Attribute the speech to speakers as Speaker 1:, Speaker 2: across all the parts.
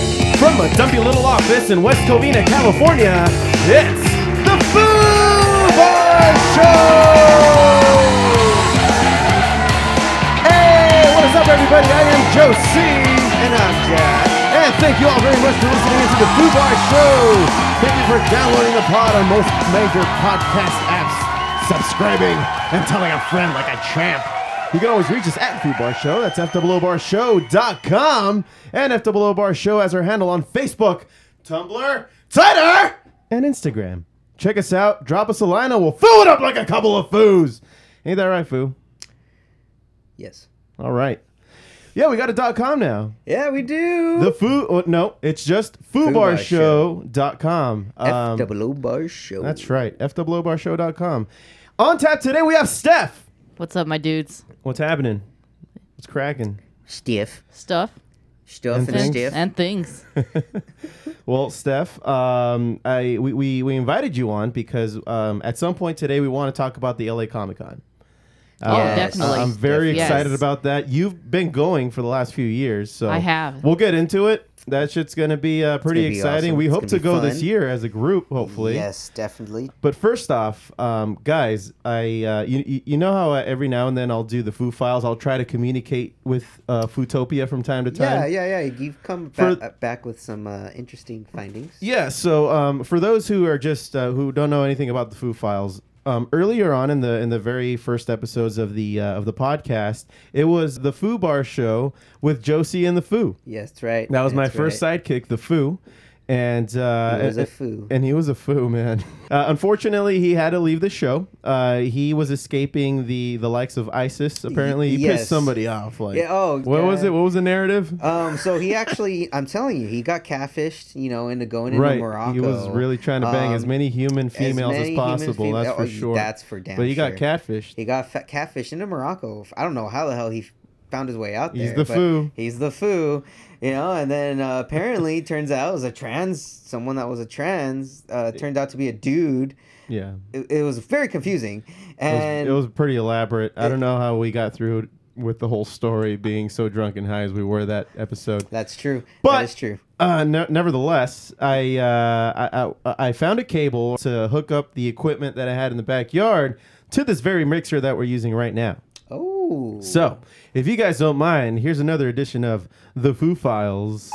Speaker 1: a dumpy little office in West Covina, California, it's the Foo Bar Show! Hey, what is up, everybody? I am Joe C. And I'm Jack. And thank you all very much for listening to the Foo Bar Show. Thank you for downloading the pod on most major podcast apps, subscribing, and telling a friend like a champ. You can always reach us at Foo Bar Show. That's FOOBarshow.com. And FOO Bar Show as our handle on Facebook, Tumblr, Twitter, and Instagram. Check us out. Drop us a line and we'll foo it up like a couple of foos. Ain't that right, foo?
Speaker 2: Yes.
Speaker 1: All right. Yeah, we got a dot com now.
Speaker 2: Yeah, we do.
Speaker 1: The foo oh, no, it's just foobarshow.com. Um,
Speaker 2: FWO Bar Show.
Speaker 1: that's right. fwbarshow.com. On tap today we have Steph.
Speaker 3: What's up, my dudes?
Speaker 1: What's happening? What's cracking?
Speaker 2: Stiff.
Speaker 3: Stuff
Speaker 2: Stuff and,
Speaker 1: things.
Speaker 2: stiff.
Speaker 3: and things.
Speaker 2: Oh,
Speaker 1: Well, Steph, um, I we, we we invited you on because um, at some point today we want to talk about the LA Comic Con.
Speaker 3: Oh,
Speaker 2: Yes.
Speaker 3: definitely.
Speaker 1: I'm very
Speaker 3: Yes.
Speaker 1: excited about that. You've been going for the last few years, so
Speaker 3: I have.
Speaker 1: We'll get into it. That shit's gonna be uh, pretty
Speaker 2: gonna be
Speaker 1: exciting.
Speaker 2: awesome.
Speaker 1: We
Speaker 2: It's
Speaker 1: hope
Speaker 2: gonna
Speaker 1: to
Speaker 2: be
Speaker 1: go this
Speaker 2: fun.
Speaker 1: year as a group, hopefully.
Speaker 2: yes, definitely.
Speaker 1: But first off, um, guys, I uh, you- you you know how uh, every now and then I'll do the Foo Files. I'll try to communicate with uh, Footopia from time to time.
Speaker 2: Yeah, yeah, yeah. You've come
Speaker 1: For-
Speaker 2: ba- uh, back with some uh, interesting findings.
Speaker 1: Yeah. So um, for those who are just uh, who don't know anything about the Foo Files, um, earlier on in the in the very first episodes of the uh, of the podcast, it was the Foo Bar Show with Josie and the Foo.
Speaker 2: Yes, that's right.
Speaker 1: That was my
Speaker 2: That's
Speaker 1: first
Speaker 2: right.
Speaker 1: sidekick, the Foo. And uh,
Speaker 2: He was a
Speaker 1: and-
Speaker 2: foo.
Speaker 1: and he was a foo man. Uh, unfortunately, he had to leave the show. Uh, he was escaping the the likes of ISIS. Apparently, he pissed
Speaker 2: yes.
Speaker 1: somebody off. Like,
Speaker 2: Yeah, oh,
Speaker 1: what was
Speaker 2: yeah.
Speaker 1: it? What was the narrative?
Speaker 2: Um, so he actually, I'm telling you, he got catfished, you know, into going into
Speaker 1: right,
Speaker 2: Morocco.
Speaker 1: he was really trying to bang as
Speaker 2: Um,
Speaker 1: many human females as,
Speaker 2: many human
Speaker 1: possible.
Speaker 2: fema-
Speaker 1: that's for
Speaker 2: oh,
Speaker 1: sure.
Speaker 2: That's for damn
Speaker 1: but he got
Speaker 2: sure.
Speaker 1: catfished.
Speaker 2: He got fa- catfished into Morocco. I don't know how the hell he f- found his way out there.
Speaker 1: He's the
Speaker 2: but
Speaker 1: foo.
Speaker 2: He's the foo, you know. And then uh, apparently, turns out it was a trans. Someone that was a trans uh, turned out to be a dude.
Speaker 1: yeah,
Speaker 2: It, it was very confusing,
Speaker 1: it was,
Speaker 2: and
Speaker 1: it was pretty elaborate. I don't know how we got through with the whole story being so drunk and high as we were that episode.
Speaker 2: that's true.
Speaker 1: But-
Speaker 2: that is true.
Speaker 1: Uh, ne- nevertheless, I, uh, I, I I found a cable to hook up the equipment that I had in the backyard to this very mixer that we're using right now.
Speaker 2: Oh,
Speaker 1: So, if you guys don't mind, here's another edition of the Foo Files.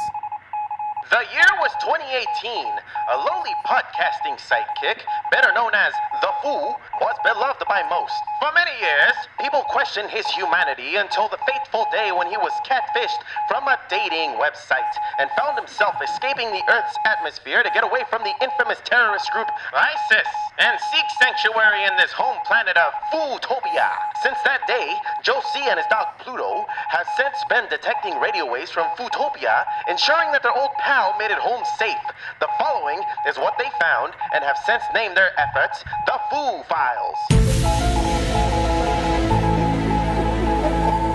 Speaker 4: The year was 2018. A lowly podcasting sidekick, better known as The Foo, was beloved by most. For many years, people questioned his humanity until the fateful day when he was catfished from a dating website and found himself escaping the Earth's atmosphere to get away from the infamous terrorist group ISIS and seek sanctuary in this home planet of Footopia. Since that day, Joe C and his dog Pluto have since been detecting radio waves from Futopia, ensuring that their old pal made it home safe. The following is what they found and have since named their efforts the Foo Files.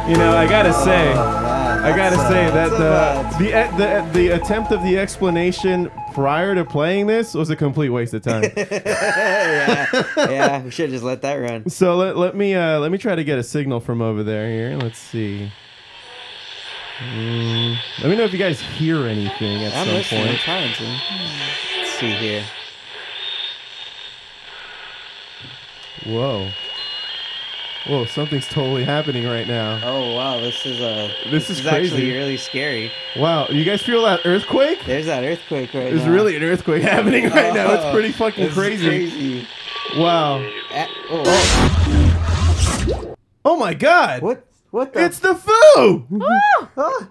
Speaker 1: You know, I gotta say,
Speaker 2: Oh, wow,
Speaker 1: I gotta
Speaker 2: that's, uh,
Speaker 1: say that
Speaker 2: that's
Speaker 1: the the, e- the the attempt of the explanation prior to playing this was a complete waste of time.
Speaker 2: yeah, we should have just let that run.
Speaker 1: so let, let me uh, let me try to get a signal from over there here. Let's see. Mm, let me know if you guys hear anything at
Speaker 2: I'm
Speaker 1: some
Speaker 2: listening. I'm
Speaker 1: point.
Speaker 2: trying to. Let's see here.
Speaker 1: Whoa. Whoa, something's totally happening right now.
Speaker 2: Oh wow, this is a.
Speaker 1: This is crazy.
Speaker 2: actually really scary.
Speaker 1: Wow, you guys feel that earthquake?
Speaker 2: There's that earthquake right
Speaker 1: There's
Speaker 2: now.
Speaker 1: really an earthquake happening right now. It's
Speaker 2: Oh,
Speaker 1: pretty fucking
Speaker 2: this is
Speaker 1: crazy.
Speaker 2: crazy.
Speaker 1: Wow.
Speaker 2: Ah, oh,
Speaker 1: Oh my god.
Speaker 2: what? What the?
Speaker 1: It's the foo.
Speaker 2: Ah, ah.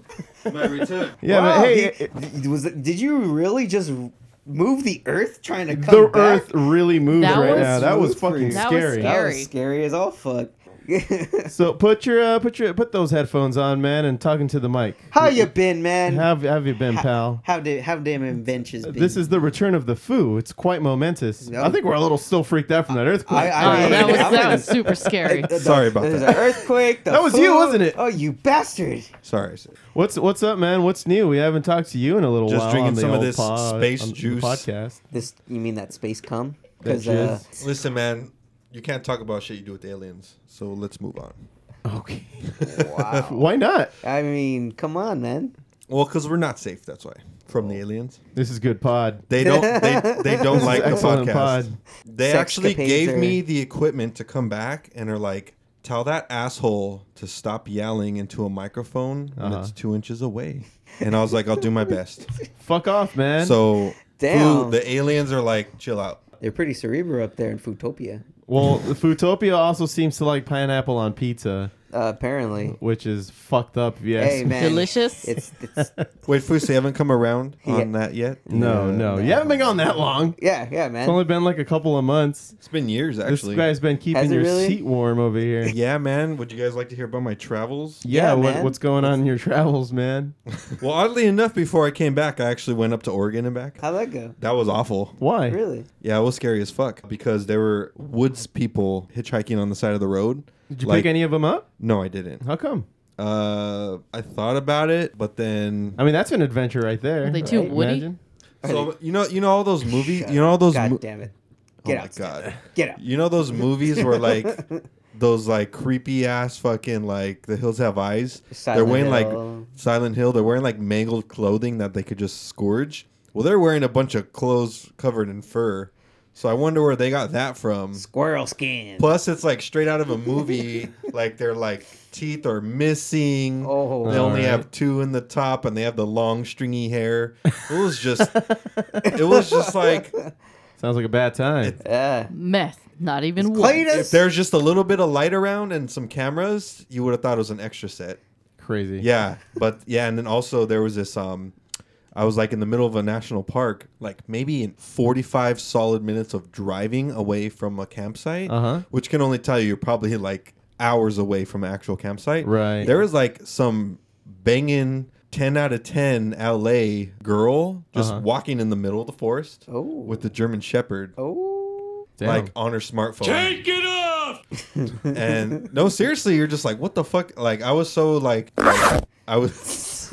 Speaker 2: Ah!
Speaker 1: Foo!
Speaker 5: My return.
Speaker 1: Yeah,
Speaker 2: Wow,
Speaker 1: but hey,
Speaker 2: he-
Speaker 1: it-
Speaker 2: d- was it- did you really just move the Earth trying to come
Speaker 1: the
Speaker 2: back?
Speaker 1: Earth really moved
Speaker 3: That
Speaker 1: right
Speaker 3: was
Speaker 1: now. That was
Speaker 2: smooth for
Speaker 1: fucking
Speaker 2: you.
Speaker 3: That was
Speaker 1: scary.
Speaker 2: That
Speaker 3: Scary.
Speaker 2: was scary as all fuck.
Speaker 1: So put your uh, put your put those headphones on, man, and talking to the mic.
Speaker 2: How you been, man?
Speaker 1: How have, have you been, pal?
Speaker 2: How did how damn inventions been?
Speaker 1: This is the return of the foo. It's quite momentous.
Speaker 2: No.
Speaker 1: I think we're a little still freaked out from that earthquake.
Speaker 2: I- I-
Speaker 3: Oh, that was
Speaker 2: I'm
Speaker 3: that
Speaker 2: gonna-
Speaker 3: was super scary.
Speaker 5: Sorry about
Speaker 2: There's
Speaker 5: that.
Speaker 2: an earthquake. the
Speaker 1: That was you,
Speaker 2: food.
Speaker 1: wasn't it?
Speaker 2: Oh, you bastard!
Speaker 5: Sorry. sir.
Speaker 1: what's what's up, man? What's new? We haven't talked to you in a little
Speaker 5: Just
Speaker 1: while.
Speaker 5: drinking
Speaker 1: on the
Speaker 5: some of
Speaker 1: old
Speaker 5: this
Speaker 1: pod-
Speaker 5: space
Speaker 1: on the
Speaker 5: juice.
Speaker 1: podcast.
Speaker 2: This you mean that space cum?
Speaker 1: That
Speaker 2: Because uh,
Speaker 1: jizz.
Speaker 5: Listen, man, you can't talk about shit you do with aliens. So let's move on.
Speaker 6: Okay.
Speaker 2: Wow.
Speaker 6: Why not?
Speaker 2: uh, I mean, come on, man.
Speaker 5: Well, because we're not safe. That's why from the aliens.
Speaker 6: This is good pod.
Speaker 5: They don't. They, they don't like the
Speaker 6: excellent
Speaker 5: podcast.
Speaker 6: pod.
Speaker 5: They
Speaker 2: Sexcapades
Speaker 5: actually gave
Speaker 2: are-
Speaker 5: me the equipment to come back and are like, tell that asshole to stop yelling into a microphone when
Speaker 6: Uh-huh.
Speaker 5: it's two inches away. And I was like, I'll do my best.
Speaker 6: Fuck off, man.
Speaker 5: So
Speaker 2: Damn.
Speaker 5: who- the aliens are like, chill out.
Speaker 2: They're pretty cerebral up there in Futopia,
Speaker 6: well, Futopia also seems to like pineapple on pizza,
Speaker 2: uh, apparently.
Speaker 6: which is fucked up. Yes.
Speaker 2: Hey, man.
Speaker 3: Delicious?
Speaker 2: It's, it's
Speaker 5: Wait, Foose, you haven't come around on
Speaker 2: Yeah.
Speaker 5: that yet?
Speaker 6: No,
Speaker 5: Yeah.
Speaker 6: no, you haven't been gone that long.
Speaker 2: yeah, yeah,
Speaker 6: It's
Speaker 2: man.
Speaker 6: only been like a couple of months.
Speaker 5: It's been years actually.
Speaker 6: This guy's been keeping
Speaker 2: Has it
Speaker 6: your
Speaker 2: really?
Speaker 6: seat warm over here. Yeah,
Speaker 5: yeah, man. Would you guys like to hear about my travels?
Speaker 2: Yeah,
Speaker 6: what,
Speaker 2: man.
Speaker 6: what's going on in your travels, man?
Speaker 5: Well, oddly enough, before I came back, I actually went up to Oregon and back.
Speaker 2: How'd that go?
Speaker 5: That was awful.
Speaker 6: Why?
Speaker 2: Really?
Speaker 5: Yeah, it was scary as fuck because there were woods people hitchhiking on the side of the road.
Speaker 6: Did you
Speaker 5: Like-
Speaker 6: pick any of them up?
Speaker 5: No, I didn't.
Speaker 6: How come?
Speaker 5: Uh, I thought about it, but then
Speaker 6: I mean, that's an adventure right there.
Speaker 3: Are they too
Speaker 6: right?
Speaker 3: woody?
Speaker 6: Imagine.
Speaker 5: so you know you know all those movies
Speaker 2: Shut
Speaker 5: you know all those
Speaker 2: God
Speaker 5: mo-
Speaker 2: damn it.
Speaker 5: oh
Speaker 2: Get
Speaker 5: my
Speaker 2: out.
Speaker 5: god
Speaker 2: Get out.
Speaker 5: you know those movies where like those like creepy ass fucking like the hills have eyes
Speaker 2: Silent
Speaker 5: they're wearing
Speaker 2: Hill.
Speaker 5: like Silent Hill they're wearing like mangled clothing that they could just scourge well they're wearing a bunch of clothes covered in fur so I wonder where they got that from
Speaker 2: Squirrel skin.
Speaker 5: Plus, it's like straight out of a movie. like their like teeth are missing.
Speaker 2: Oh.
Speaker 5: they only
Speaker 6: Alright.
Speaker 5: have two in the top, and they have the long stringy hair. It was just, it was just like
Speaker 6: Sounds like a bad time.
Speaker 2: Yeah.
Speaker 3: Meth. Not even one.
Speaker 5: if
Speaker 2: Cletus.
Speaker 5: there's just a little bit of light around and some cameras, you would have thought it was an extra set.
Speaker 6: Crazy.
Speaker 5: Yeah, but yeah, and then also there was this. um I was like in the middle of a national park, like maybe in 45 solid minutes of driving away from a campsite,
Speaker 6: Uh-huh.
Speaker 5: which can only tell you you're probably like hours away from an actual campsite.
Speaker 6: Right.
Speaker 5: There was like some banging 10 out of 10 LA girl just
Speaker 6: Uh-huh.
Speaker 5: walking in the middle of the forest
Speaker 2: Oh.
Speaker 5: with the German Shepherd
Speaker 2: Oh.
Speaker 6: Damn.
Speaker 5: like on her smartphone. Take it off. and no, seriously, you're just like, what the fuck? Like, I was so like, I was,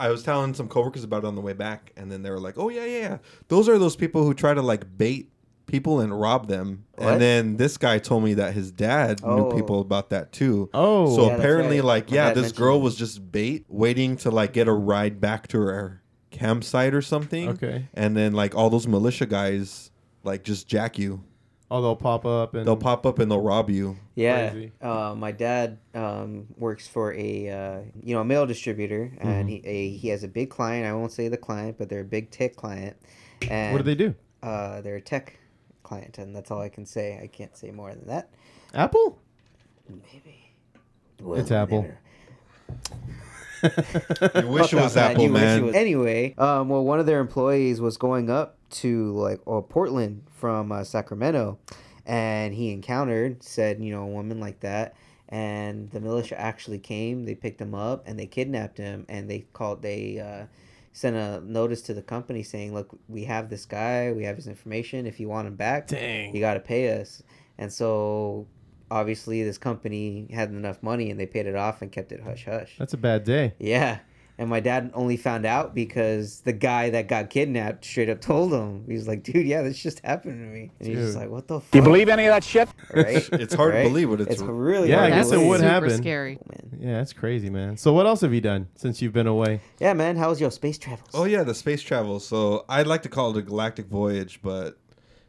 Speaker 5: I was telling some coworkers about it on the way back, and then they were like, oh yeah, yeah, yeah. those are those people who try to like bait people and rob them.
Speaker 2: What?
Speaker 5: And then this guy told me that his dad
Speaker 2: Oh.
Speaker 5: knew people about that too.
Speaker 6: Oh.
Speaker 5: so
Speaker 6: Yeah,
Speaker 2: that's
Speaker 5: apparently,
Speaker 2: right.
Speaker 5: like,
Speaker 2: My
Speaker 5: yeah,
Speaker 2: dad
Speaker 5: this
Speaker 2: mentioned
Speaker 5: girl
Speaker 2: it.
Speaker 5: was just bait, waiting to like get a ride back to her campsite or something.
Speaker 6: Okay.
Speaker 5: And then like all those militia guys like just jack you.
Speaker 6: oh, they'll pop up and
Speaker 5: They'll pop up and they'll rob you.
Speaker 2: Yeah,
Speaker 6: Crazy.
Speaker 2: uh, my dad um, works for a uh, you know a mail distributor, and
Speaker 5: Mm-hmm.
Speaker 2: he a, he has a big client. I won't say the client, but they're a big tech client. And
Speaker 6: What do they do?
Speaker 2: Uh, they're a tech client, and that's all I can say. I can't say more than that.
Speaker 6: Apple.
Speaker 2: Maybe Well,
Speaker 6: It's Apple.
Speaker 2: never.
Speaker 5: You wish it
Speaker 2: Fuck
Speaker 5: was
Speaker 2: off,
Speaker 5: Apple,
Speaker 2: You wish it
Speaker 5: man.
Speaker 2: was- Anyway, um, well, one of their employees was going up to like uh, Portland from uh, Sacramento, and he encountered said you know a woman like that, and the militia actually came. They picked him up and they kidnapped him, and they called they. Uh, Sent a notice to the company saying, "Look, we have this guy. We have his information. If you want him back,
Speaker 6: Dang.
Speaker 2: you got to pay us." And so, obviously, this company had enough money, and they paid it off and kept it hush hush.
Speaker 6: That's a bad day.
Speaker 2: Yeah. And my dad only found out because the guy that got kidnapped straight up told him. He was like, dude, yeah, this just happened to me. And he's just
Speaker 6: Dude.
Speaker 2: like, what the fuck?
Speaker 1: You believe any of that shit?
Speaker 2: Right?
Speaker 5: It's hard to believe, but it's-
Speaker 2: it's really
Speaker 6: Yeah, I
Speaker 2: hard to
Speaker 3: That's
Speaker 6: guess it
Speaker 2: believe.
Speaker 6: would
Speaker 3: super
Speaker 6: happen.
Speaker 3: scary.
Speaker 2: Man.
Speaker 6: Yeah, that's crazy, man. So what else have you done since you've been away?
Speaker 2: Yeah, man. How was your space travels?
Speaker 5: Oh yeah, the space travel. So I'd like to call it a galactic voyage, but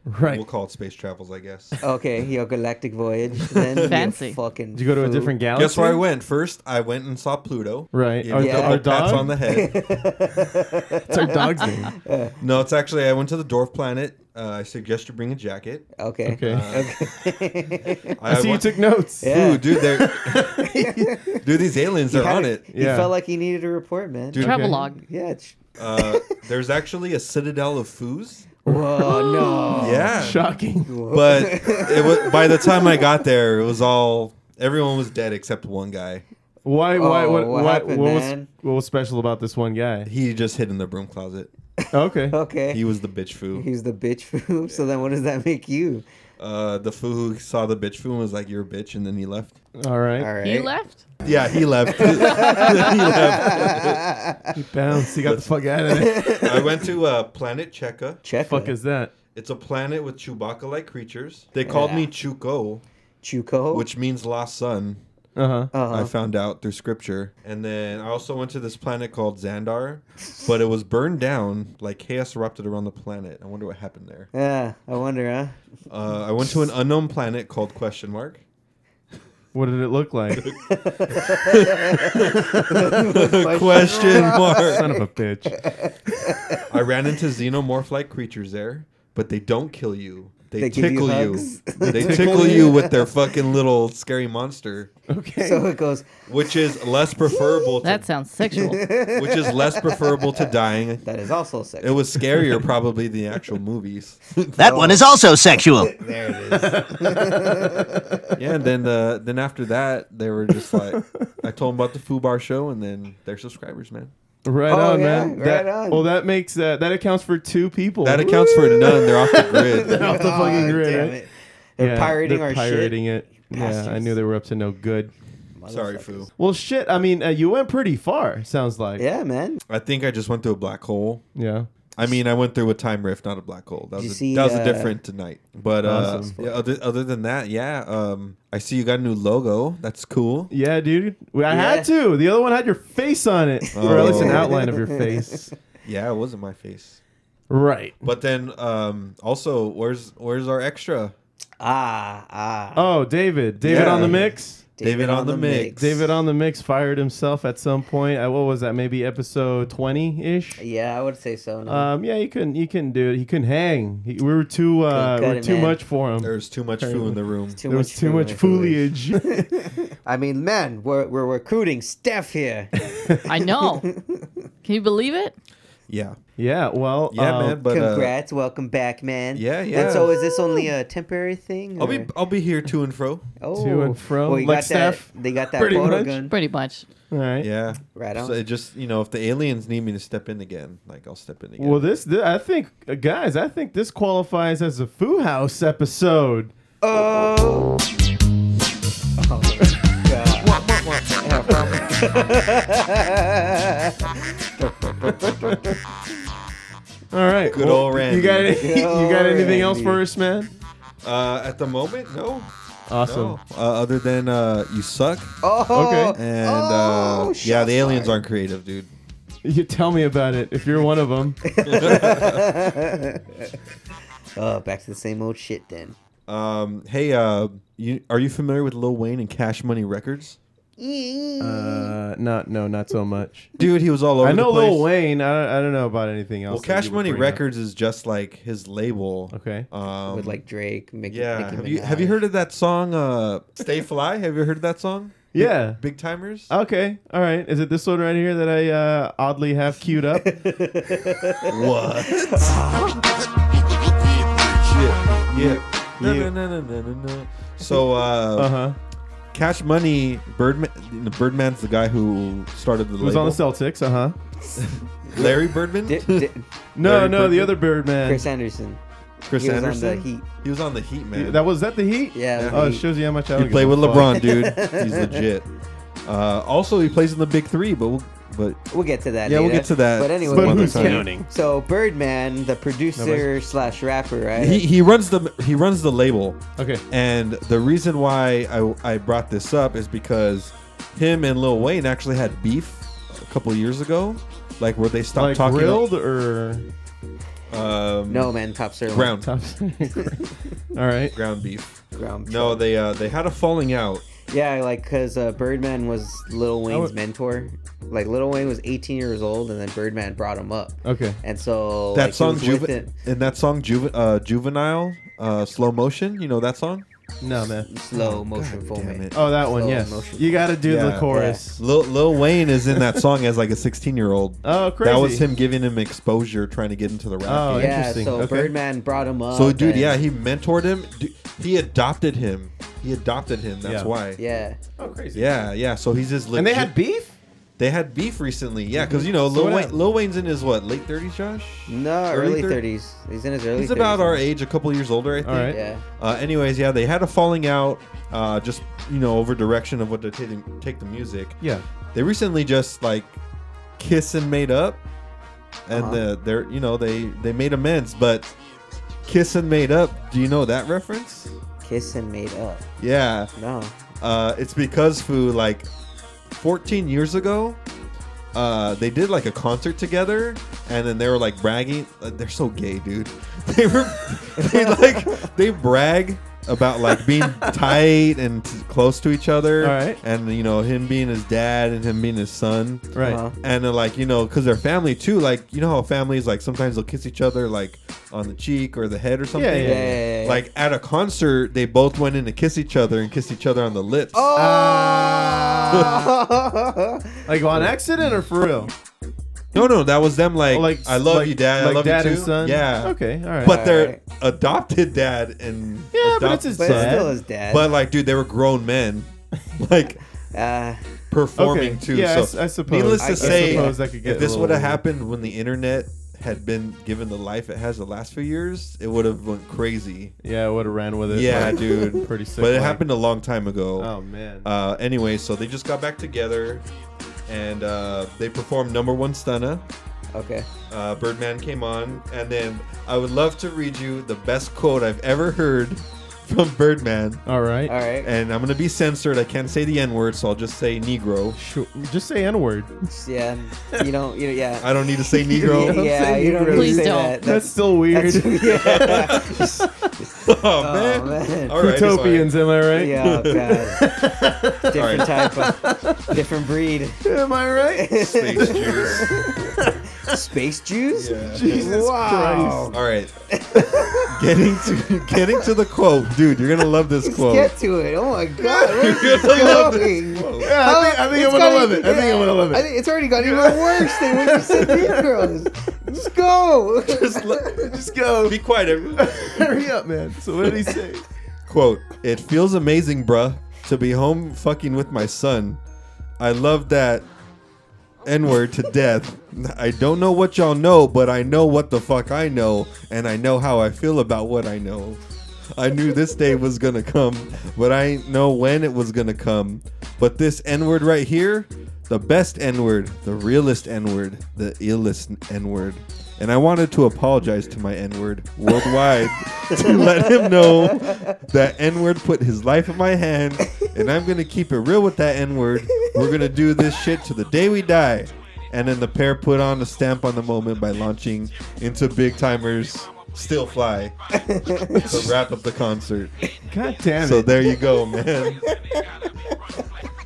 Speaker 6: Right.
Speaker 5: we'll call it space travels, I guess.
Speaker 2: Okay, your galactic voyage. Then you
Speaker 3: Fancy.
Speaker 2: Fucking.
Speaker 6: Did you go to a
Speaker 2: fool.
Speaker 6: different galaxy?
Speaker 5: Guess where I went? First, I went and saw Pluto.
Speaker 6: Right.
Speaker 5: Gave
Speaker 6: Our,
Speaker 5: him a
Speaker 6: yeah.
Speaker 2: Yeah.
Speaker 6: our
Speaker 5: couple pats
Speaker 6: dog.
Speaker 5: on the head.
Speaker 6: It's our dog's name.
Speaker 5: no, it's actually I went to the dwarf planet. Uh, I suggest you bring a jacket.
Speaker 2: Okay.
Speaker 6: Okay.
Speaker 2: Okay.
Speaker 6: I see you
Speaker 5: Uh, went-
Speaker 6: took notes.
Speaker 2: Yeah.
Speaker 5: Ooh, dude, they're dude, these aliens are
Speaker 2: Had
Speaker 5: on
Speaker 2: a-
Speaker 5: it.
Speaker 2: He
Speaker 6: Yeah.
Speaker 2: felt like he needed a report, man.
Speaker 5: Dude.
Speaker 3: Travel
Speaker 6: Okay.
Speaker 3: log.
Speaker 2: Yeah. It's...
Speaker 5: Uh, there's actually a citadel of foos. Um,
Speaker 2: Whoa, no.
Speaker 5: Yeah.
Speaker 6: Shocking.
Speaker 5: but it was by the time I got there, it was all everyone was dead except one guy.
Speaker 6: Why? Why?
Speaker 2: Oh,
Speaker 6: what?
Speaker 2: what
Speaker 6: why-
Speaker 2: happened,
Speaker 6: what was?
Speaker 2: man?
Speaker 6: What was special about this one guy?
Speaker 5: He just hid in the broom closet.
Speaker 6: Okay.
Speaker 2: Okay.
Speaker 5: He was the bitch foo.
Speaker 2: He's the bitch food. So then what does that make you?
Speaker 5: Uh, the foo who saw the bitch foo and was like, "You're a bitch," and then he left.
Speaker 6: All right.
Speaker 2: All right.
Speaker 3: He left.
Speaker 5: Yeah, he left. he left.
Speaker 6: He bounced. He got the fuck out of there.
Speaker 5: I went to uh, Planet Cheka.
Speaker 2: Check.
Speaker 6: fuck is that?
Speaker 5: It's a planet with Chewbacca-like creatures. They called
Speaker 2: Yeah.
Speaker 5: me Chuko,
Speaker 2: Chuko?
Speaker 5: which means lost son.
Speaker 1: Uh huh.
Speaker 2: Uh-huh.
Speaker 5: I found out through scripture. And then I also went to this planet called Xandar, but it was burned down. Like chaos erupted around the planet. I wonder what happened there.
Speaker 2: Yeah, I wonder, huh?
Speaker 5: Uh, I went to an unknown planet called Question Mark.
Speaker 1: What did it look like?
Speaker 5: Question mark.
Speaker 1: Son of a bitch.
Speaker 5: I ran into xenomorph-like creatures there, but they don't kill you. They,
Speaker 2: They give you
Speaker 5: tickle you.
Speaker 2: hugs.
Speaker 5: They tickle you with their fucking little scary monster,
Speaker 1: Okay.
Speaker 2: So it goes.
Speaker 5: which is less preferable. To,
Speaker 3: That sounds sexual.
Speaker 5: which is less preferable to dying.
Speaker 2: That is also
Speaker 5: It
Speaker 2: sexual.
Speaker 5: was scarier probably than the actual movies.
Speaker 7: That one is also sexual.
Speaker 2: there it is.
Speaker 5: yeah, and then uh, then after that, they were just like, I told them about the Fubar show, and then they're subscribers, man.
Speaker 1: Right
Speaker 2: Oh,
Speaker 1: on,
Speaker 2: yeah,
Speaker 1: man.
Speaker 2: right
Speaker 1: That-
Speaker 2: on.
Speaker 1: Well, that makes uh, that accounts for two people.
Speaker 5: That accounts for none. They're off the grid.
Speaker 1: off the fucking
Speaker 2: God
Speaker 1: grid.
Speaker 2: damn
Speaker 1: eh?
Speaker 2: it. They're
Speaker 1: Yeah,
Speaker 2: pirating
Speaker 1: they're
Speaker 2: our
Speaker 1: pirating it. Yeah, I
Speaker 2: Bastards.
Speaker 1: knew they were up to no good.
Speaker 5: Sorry, foo.
Speaker 1: Well, shit. I mean, uh, you went pretty far. Sounds like.
Speaker 2: shit. Yeah, man.
Speaker 5: I think I just went through a black hole.
Speaker 1: Yeah.
Speaker 5: I mean, I went through a time rift, not a black hole. That
Speaker 2: you
Speaker 5: was
Speaker 2: see
Speaker 5: a, that was
Speaker 2: the-
Speaker 5: a different tonight. But uh,
Speaker 1: Awesome.
Speaker 5: yeah, other, other than that, yeah. Um, I see you got a new logo. That's cool.
Speaker 1: Yeah, dude. We- I
Speaker 2: Yeah.
Speaker 1: had to. The other one had your face on it, or at least an
Speaker 5: Oh.
Speaker 1: outline of your face.
Speaker 5: Yeah, it wasn't my face.
Speaker 1: Right.
Speaker 5: But then um, also, where's where's our extra?
Speaker 2: Ah, ah.
Speaker 1: Oh, David. David
Speaker 5: Yeah.
Speaker 1: on the mix.
Speaker 5: David on the mix.
Speaker 1: David on the mix fired himself at some point. At, what was that? Maybe episode twenty ish.
Speaker 2: Uh, Yeah, I would say so. No.
Speaker 1: Um, yeah, he couldn't. He couldn't do it. He couldn't hang. He, we were too. Uh,
Speaker 2: Couldn't
Speaker 1: we
Speaker 2: cut
Speaker 1: were
Speaker 2: it,
Speaker 1: too
Speaker 2: man.
Speaker 1: much for him.
Speaker 5: There's too much food in the room.
Speaker 1: there was too much foliage.
Speaker 2: I mean, man, we're, we're recruiting Steph here.
Speaker 5: uh,
Speaker 3: I know. Can you believe it?
Speaker 5: Yeah,
Speaker 1: yeah. Well.
Speaker 5: yeah,
Speaker 1: um,
Speaker 5: man. But uh,
Speaker 2: Congrats, welcome back, man.
Speaker 5: Yeah,
Speaker 2: And so,
Speaker 5: yeah.
Speaker 2: is this only a temporary thing?
Speaker 5: I'll be
Speaker 2: or-
Speaker 5: I'll be here to and fro.
Speaker 2: oh.
Speaker 1: To and fro,
Speaker 2: Well, you
Speaker 1: like
Speaker 2: got that-
Speaker 1: Steph?
Speaker 2: They got that
Speaker 1: Pretty
Speaker 2: photo
Speaker 1: much.
Speaker 2: gun.
Speaker 3: Pretty much.
Speaker 1: All right.
Speaker 5: Yeah,
Speaker 2: Right on.
Speaker 5: So it just you know if the aliens need me to step in again, like I'll step in again.
Speaker 1: Well, this, thi- I think, uh, guys, I think this qualifies as a Foo House episode. Uh,
Speaker 2: Oh. Oh, God.
Speaker 1: All right,
Speaker 5: Good old Randy.
Speaker 1: You got any,
Speaker 2: Good
Speaker 1: you got
Speaker 2: old
Speaker 1: anything else
Speaker 2: Randy.
Speaker 1: for us, man?
Speaker 5: uh, at the moment, no.
Speaker 1: Awesome.
Speaker 5: No. Uh, other than uh, you suck,
Speaker 2: Oh.
Speaker 1: Okay.
Speaker 5: and
Speaker 2: Oh,
Speaker 5: uh, yeah,
Speaker 2: shots
Speaker 5: the aliens aren't creative, dude.
Speaker 1: You tell me about it if you're one of them.
Speaker 2: Oh, back to the same old shit then.
Speaker 5: Um, hey, uh, you are you familiar with Lil Wayne and Cash Money Records?
Speaker 1: Uh, not, no, not so much.
Speaker 5: Dude, he was all over.
Speaker 1: I know
Speaker 5: the place.
Speaker 1: Lil Wayne. I don't, I don't know about anything else.
Speaker 5: Well,
Speaker 1: that you
Speaker 5: Cash
Speaker 1: would
Speaker 5: Money
Speaker 1: bring up. Uh,
Speaker 5: Records is just like his label.
Speaker 1: Okay.
Speaker 5: Um,
Speaker 2: With like Drake, Mickey,
Speaker 5: yeah.
Speaker 2: Nicki
Speaker 5: Have you
Speaker 2: Minaj.
Speaker 5: have you heard of that song? Uh, Stay Fly. Have you heard of that song?
Speaker 1: Yeah.
Speaker 5: Big Timers.
Speaker 1: Okay. All right. Is it this one right here that I uh, oddly have queued up?
Speaker 5: What? yeah. Yeah. No, no, no, no, no, no. So, uh,
Speaker 1: Uh huh.
Speaker 5: Cash Money, Birdman, Birdman's the guy who started the
Speaker 1: It was
Speaker 5: label.
Speaker 1: on the Celtics. Uh huh.
Speaker 5: Larry Birdman?
Speaker 2: Di- di-
Speaker 1: No,
Speaker 5: Larry
Speaker 1: no, the
Speaker 5: Bird-
Speaker 1: other Birdman.
Speaker 2: Chris Anderson.
Speaker 5: Chris
Speaker 2: he was
Speaker 5: Anderson?
Speaker 2: on the Heat.
Speaker 5: He was on the Heat, man.
Speaker 1: That was that the Heat.
Speaker 2: Yeah. it was
Speaker 1: Oh, it
Speaker 2: Heat.
Speaker 1: shows you how much I
Speaker 5: he
Speaker 1: don't
Speaker 5: played
Speaker 1: give
Speaker 5: with
Speaker 1: a fuck.
Speaker 5: LeBron, dude. He's legit. Uh, also, he plays in the Big Three, but we'll, but
Speaker 2: We'll get to that.
Speaker 5: Yeah, we'll
Speaker 2: later.
Speaker 5: get to that
Speaker 2: But anyway,
Speaker 5: some
Speaker 1: But
Speaker 5: other
Speaker 1: who's
Speaker 5: time.
Speaker 1: counting?
Speaker 2: so Birdman, the producer slash rapper, right?
Speaker 5: he, he runs the he runs the label.
Speaker 1: Okay.
Speaker 5: And the reason why I, I brought this up is because him and Lil Wayne actually had beef a couple years ago, like where they stopped
Speaker 1: Like
Speaker 5: talking.
Speaker 1: grilled or
Speaker 5: Um,
Speaker 2: no man, top server.
Speaker 5: ground
Speaker 1: top. All right.
Speaker 5: ground beef.
Speaker 2: Ground.
Speaker 5: No, they uh, they had a falling out.
Speaker 2: Yeah, like because uh, Birdman was
Speaker 5: Oh.
Speaker 2: Lil Wayne's mentor. Like Lil Wayne was 18 years old, and then Birdman brought him up.
Speaker 1: Okay.
Speaker 2: And so
Speaker 5: That
Speaker 2: like, he
Speaker 5: song,
Speaker 2: was with
Speaker 5: Juve-
Speaker 2: him.
Speaker 5: and that song, Juve- uh, juvenile, uh, slow motion. You know that song?
Speaker 1: No man.
Speaker 2: slow motion for
Speaker 5: damn
Speaker 2: me.
Speaker 5: it.
Speaker 1: Oh, that one.
Speaker 2: Slow
Speaker 1: Yes.
Speaker 2: motion.
Speaker 1: You got to do
Speaker 5: Yeah.
Speaker 1: the chorus.
Speaker 5: Lil, Lil Wayne is in that song as like a 16 year old.
Speaker 1: Oh,
Speaker 5: That was
Speaker 1: crazy.
Speaker 5: him giving him exposure, trying to get into the rap.
Speaker 1: Oh,
Speaker 5: game.
Speaker 2: Yeah,
Speaker 1: interesting.
Speaker 2: so
Speaker 1: Okay.
Speaker 2: Birdman brought him up.
Speaker 5: So,
Speaker 1: Oh,
Speaker 5: dude,
Speaker 2: and-
Speaker 5: yeah, he mentored him. Du- He adopted him. He adopted him. That's
Speaker 1: Yeah.
Speaker 5: why.
Speaker 2: yeah,
Speaker 1: Oh, crazy.
Speaker 5: Yeah, yeah. So he's just legit.
Speaker 1: And they had beef.
Speaker 5: they had beef recently. Yeah, because you know
Speaker 1: So
Speaker 5: Lil,
Speaker 1: what
Speaker 5: Wayne,
Speaker 1: happened?
Speaker 5: Lil Wayne's in his what late thirties, Josh.
Speaker 2: no, early,
Speaker 5: Early thir-
Speaker 2: 30s. He's in his early.
Speaker 5: He's about
Speaker 2: 30s.
Speaker 5: our age, a couple years older, I think.
Speaker 1: All right.
Speaker 2: Yeah.
Speaker 5: Uh, anyways, yeah, they had a falling out, uh, just you know, over direction of what to take the, take the music.
Speaker 1: Yeah.
Speaker 5: They recently just like kiss and made up, and
Speaker 2: Uh-huh.
Speaker 5: uh, they're you know they they made amends, but kiss and made up. Do you know that reference?
Speaker 2: Kiss and made up.
Speaker 5: Yeah.
Speaker 2: No.
Speaker 5: Uh, it's because Fu, like 14 years ago, uh, they did like a concert together, and then they were like bragging. uh, They're so gay, dude. They were they, like they brag about like being tight and t- close to each other,
Speaker 1: All right.
Speaker 5: and you know him being his dad and him being his son,
Speaker 1: Right.
Speaker 2: Uh-huh.
Speaker 5: and they're like you know because they're family too. Like you know how families like sometimes they'll kiss each other like on the cheek or the head or something.
Speaker 1: yeah,
Speaker 2: yeah, yeah.
Speaker 5: Like at a concert, they both went in to kiss each other and kissed each other on the lips.
Speaker 2: Oh!
Speaker 1: Like on accident or for real?
Speaker 5: No, no, that was them. Like,
Speaker 1: Oh, like
Speaker 5: I love
Speaker 1: like-
Speaker 5: you, dad. I
Speaker 1: like
Speaker 5: love
Speaker 1: dad
Speaker 5: you too.
Speaker 1: and son.
Speaker 5: Yeah.
Speaker 1: Okay. All right.
Speaker 5: But their
Speaker 2: Alright.
Speaker 5: adopted dad and
Speaker 1: Yeah, but it's
Speaker 5: adopted
Speaker 1: his
Speaker 2: but it's
Speaker 1: dad.
Speaker 2: still his dad.
Speaker 5: But like, dude, they were grown men, like
Speaker 2: uh,
Speaker 5: performing
Speaker 1: Okay.
Speaker 5: too.
Speaker 1: Yeah, I
Speaker 5: so
Speaker 1: s- I suppose-
Speaker 5: Needless
Speaker 2: I
Speaker 5: to
Speaker 2: guess.
Speaker 5: say,
Speaker 1: I suppose that could get
Speaker 5: if this
Speaker 1: a
Speaker 5: would have
Speaker 1: little-
Speaker 5: happened when the internet had been given the life it has the last few years, it would have went crazy.
Speaker 1: yeah, I would have ran with it.
Speaker 5: Yeah,
Speaker 1: like,
Speaker 5: dude.
Speaker 1: Pretty sick.
Speaker 5: But it
Speaker 1: like-
Speaker 5: happened a long time ago.
Speaker 1: Oh man.
Speaker 5: Uh, anyway, so they just got back together, and uh, they performed number one stunna.
Speaker 2: okay.
Speaker 5: uh, Birdman came on, and then I would love to read you the best quote I've ever heard from Birdman.
Speaker 1: all right.
Speaker 2: All right.
Speaker 5: And I'm gonna be censored. I can't say the N word, so I'll just say Negro.
Speaker 1: Sure. Just say N word.
Speaker 2: Yeah. You don't. You yeah.
Speaker 5: I don't need to say Negro.
Speaker 2: yeah.
Speaker 1: saying
Speaker 2: You don't
Speaker 1: you
Speaker 2: really
Speaker 3: Please
Speaker 2: say
Speaker 3: don't.
Speaker 2: that.
Speaker 1: That's still weird.
Speaker 2: That's, yeah.
Speaker 5: oh
Speaker 2: Oh,
Speaker 5: man.
Speaker 2: man.
Speaker 5: All right.
Speaker 1: Utopians, am I right?
Speaker 2: Yeah, oh, God. Different
Speaker 5: Alright.
Speaker 2: type of, different breed.
Speaker 1: Am I right?
Speaker 5: Space Jews.
Speaker 2: Space Jews?
Speaker 5: Yeah.
Speaker 1: Jesus
Speaker 2: wow.
Speaker 5: All right. getting to getting to the quote, dude. You're gonna love this quote.
Speaker 2: Let's get to it. Oh my God. Where is
Speaker 5: You're
Speaker 2: this
Speaker 5: gonna love
Speaker 2: going?
Speaker 5: this quote.
Speaker 1: Yeah, I think, I think I'm
Speaker 2: It's
Speaker 1: gonna
Speaker 2: gotta-
Speaker 1: love it. I think I'm gonna love
Speaker 2: I
Speaker 1: it.
Speaker 2: think it's already gotten even worse than when you said Negroes. Just go.
Speaker 5: Just, lo-
Speaker 1: Just go.
Speaker 5: be quiet, everyone.
Speaker 1: Hurry up, man. So what did he say?
Speaker 5: Quote, it feels amazing, bruh, to be home fucking with my son. I love that N word to death. I don't know what y'all know, but I know what the fuck I know, and I know how I feel about what I know. I knew this day was gonna come, but I ain't know when it was gonna come. But this N word right here, the best N word, the realest N word, the illest N word. And I wanted to apologize to my N word worldwide to let him know that N word put his life in my hand, and I'm gonna keep it real with that N word. We're gonna do this shit to the day we die. And then the pair put on a stamp on the moment by launching into Big Timers Still Fly to wrap up the concert.
Speaker 1: God damn it.
Speaker 5: So there you go, man.
Speaker 2: Uh,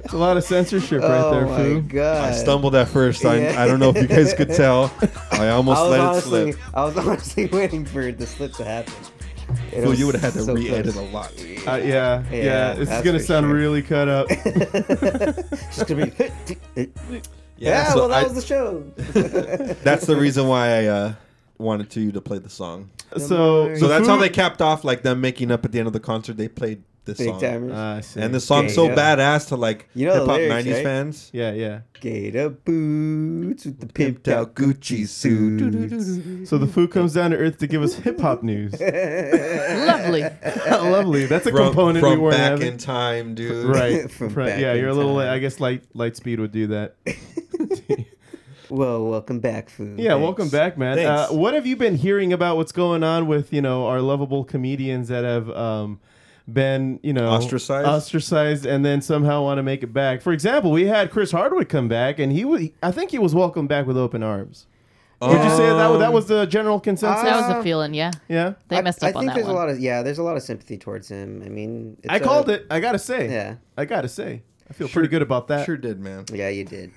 Speaker 1: It's a lot of censorship
Speaker 2: oh
Speaker 1: right there,
Speaker 2: my
Speaker 1: Foo.
Speaker 2: God.
Speaker 5: I stumbled at first. I, I don't know if you guys could tell. I almost
Speaker 2: I was
Speaker 5: let
Speaker 2: honestly,
Speaker 5: it slip.
Speaker 2: I was honestly waiting for the slip to happen. It
Speaker 5: Well,
Speaker 2: was
Speaker 5: you would have had to
Speaker 2: so
Speaker 5: re-edit
Speaker 2: close.
Speaker 5: a lot.
Speaker 1: Uh, yeah, yeah,
Speaker 2: Yeah,
Speaker 1: This is
Speaker 2: that's
Speaker 1: gonna
Speaker 2: for
Speaker 1: sound
Speaker 2: sure.
Speaker 1: really cut up.
Speaker 2: It's gonna be. yeah,
Speaker 5: Yeah, so
Speaker 2: well, that
Speaker 5: I-
Speaker 2: was the show.
Speaker 5: That's the reason why I uh, wanted to you to play the song.
Speaker 1: so,
Speaker 5: So that's how
Speaker 1: Foo-
Speaker 5: they capped off, like them making up at the end of the concert. They played this
Speaker 2: Big
Speaker 5: song, uh,
Speaker 2: timers.
Speaker 1: Ah, I see.
Speaker 5: and the song's so
Speaker 2: Yeah.
Speaker 5: badass to like
Speaker 2: You know the
Speaker 5: hip hop
Speaker 2: lyrics,
Speaker 5: '90s
Speaker 2: right?
Speaker 5: fans.
Speaker 1: Yeah, yeah.
Speaker 2: Gator boots with the pimped
Speaker 5: Pimped
Speaker 2: out
Speaker 5: out Gucci suits.
Speaker 1: So the Foo comes down to earth to give us hip hop news.
Speaker 3: Lovely.
Speaker 1: How lovely. That's a
Speaker 5: From,
Speaker 1: component we
Speaker 5: from
Speaker 1: weren't
Speaker 5: back
Speaker 1: having.
Speaker 5: in time, dude.
Speaker 1: Right.
Speaker 2: From
Speaker 1: right.
Speaker 2: back
Speaker 1: yeah,
Speaker 2: in
Speaker 1: you're a little.
Speaker 2: time.
Speaker 1: I guess light light speed would do that.
Speaker 2: Well, welcome back, food.
Speaker 1: Yeah, welcome back, man. Uh,
Speaker 5: Thanks.
Speaker 1: what have you been hearing about what's going on with you know our lovable comedians that have um, been you know
Speaker 5: Ostracized?
Speaker 1: ostracized, and then somehow want to make it back? For example, we had Chris Hardwick come back, and he was I think he was welcomed back with open arms. Would you say that
Speaker 5: Oh.
Speaker 1: that was the general consensus?
Speaker 2: I-
Speaker 3: That was the feeling, yeah.
Speaker 1: yeah,
Speaker 3: They messed
Speaker 2: I,
Speaker 3: up
Speaker 2: I
Speaker 3: on
Speaker 2: think
Speaker 3: that
Speaker 2: there's
Speaker 3: one.
Speaker 2: a lot of yeah, there's a lot of sympathy towards him. I mean, it's
Speaker 1: I called
Speaker 2: a-
Speaker 1: it. I gotta say,
Speaker 2: Yeah.
Speaker 1: I gotta say, I feel pretty good about that.
Speaker 5: Oh, Sure did, man.
Speaker 2: Yeah, you did.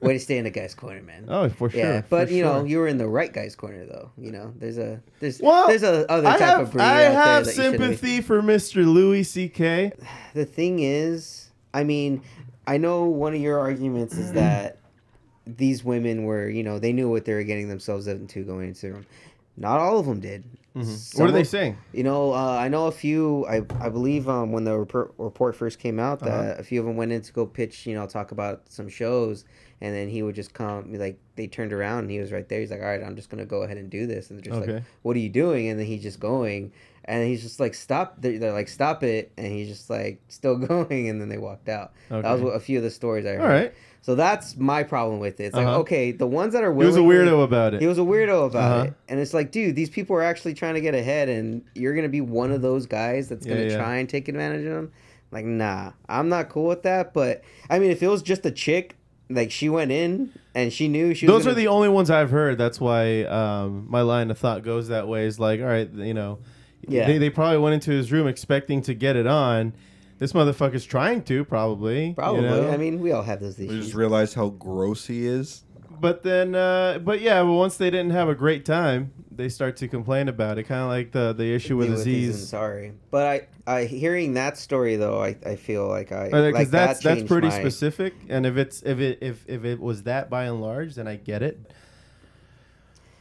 Speaker 2: Way to stay in the guy's corner, man.
Speaker 1: Oh, for sure.
Speaker 2: yeah, but
Speaker 1: for
Speaker 2: you know,
Speaker 1: sure.
Speaker 2: you were in the right guy's corner, though. You know, there's a there's
Speaker 1: Well,
Speaker 2: there's a other
Speaker 1: I
Speaker 2: type
Speaker 1: have,
Speaker 2: of breed
Speaker 1: I
Speaker 2: out
Speaker 1: have
Speaker 2: there that you shouldn't be-
Speaker 1: sympathy for Mr. Louis C.K.
Speaker 2: The thing is, I mean, I know one of your arguments is that these women were, you know, they knew what they were getting themselves into going into the room. Not all of them did.
Speaker 1: Mm-hmm. What are they
Speaker 2: Some-
Speaker 1: saying?
Speaker 2: You know, uh, I know a few. I, I believe um, when the report, report first came out, that
Speaker 1: Uh-huh.
Speaker 2: a few of them went in to go pitch. You know, talk about some shows, and then he would just come. Like they turned around and he was right there. He's like, "All right, I'm just gonna go ahead and do this." And they're just like,
Speaker 1: Okay.
Speaker 2: "What are you doing?" And then he's just going, and he's just like, "Stop!" They're, they're like, "Stop it!" And he's just like, still going. And then they walked out. That was
Speaker 1: Okay.
Speaker 2: what, a few of the stories I heard.
Speaker 1: All right.
Speaker 2: So that's my problem with it. It's like,
Speaker 1: Uh-huh.
Speaker 2: okay, the ones that are
Speaker 1: He was a
Speaker 2: willingly-
Speaker 1: weirdo about it.
Speaker 2: he was a weirdo about
Speaker 1: Uh-huh.
Speaker 2: it. And it's like, dude, these people are actually trying to get ahead, and you're going to be one of those guys that's
Speaker 1: Yeah,
Speaker 2: going to
Speaker 1: yeah.
Speaker 2: try and take advantage of them. Like, nah, I'm not cool with that. But I mean, if it was just a chick, like she went in and she knew she was
Speaker 1: Those are
Speaker 2: gonna-
Speaker 1: the only ones I've heard. That's why um, my line of thought goes that way. Is like, all right, you know,
Speaker 2: Yeah.
Speaker 1: they, they probably went into his room expecting to get it on. This motherfucker's trying to probably, you
Speaker 2: probably.
Speaker 1: know?
Speaker 2: I mean, we all have those
Speaker 5: We just
Speaker 2: issues.
Speaker 5: realized how gross he is.
Speaker 1: But then, uh, but yeah, but once they didn't have a great time, they start to complain about it. Kind of like the the issue with
Speaker 2: Deal these and
Speaker 1: Aziz.
Speaker 2: Sorry, but I, I hearing that story though, I, I feel like I
Speaker 1: Because
Speaker 2: like
Speaker 1: uh, that's
Speaker 2: that
Speaker 1: that's
Speaker 2: changed
Speaker 1: pretty
Speaker 2: my-
Speaker 1: specific, and if it's if it if, if it was that by and large, then I get it.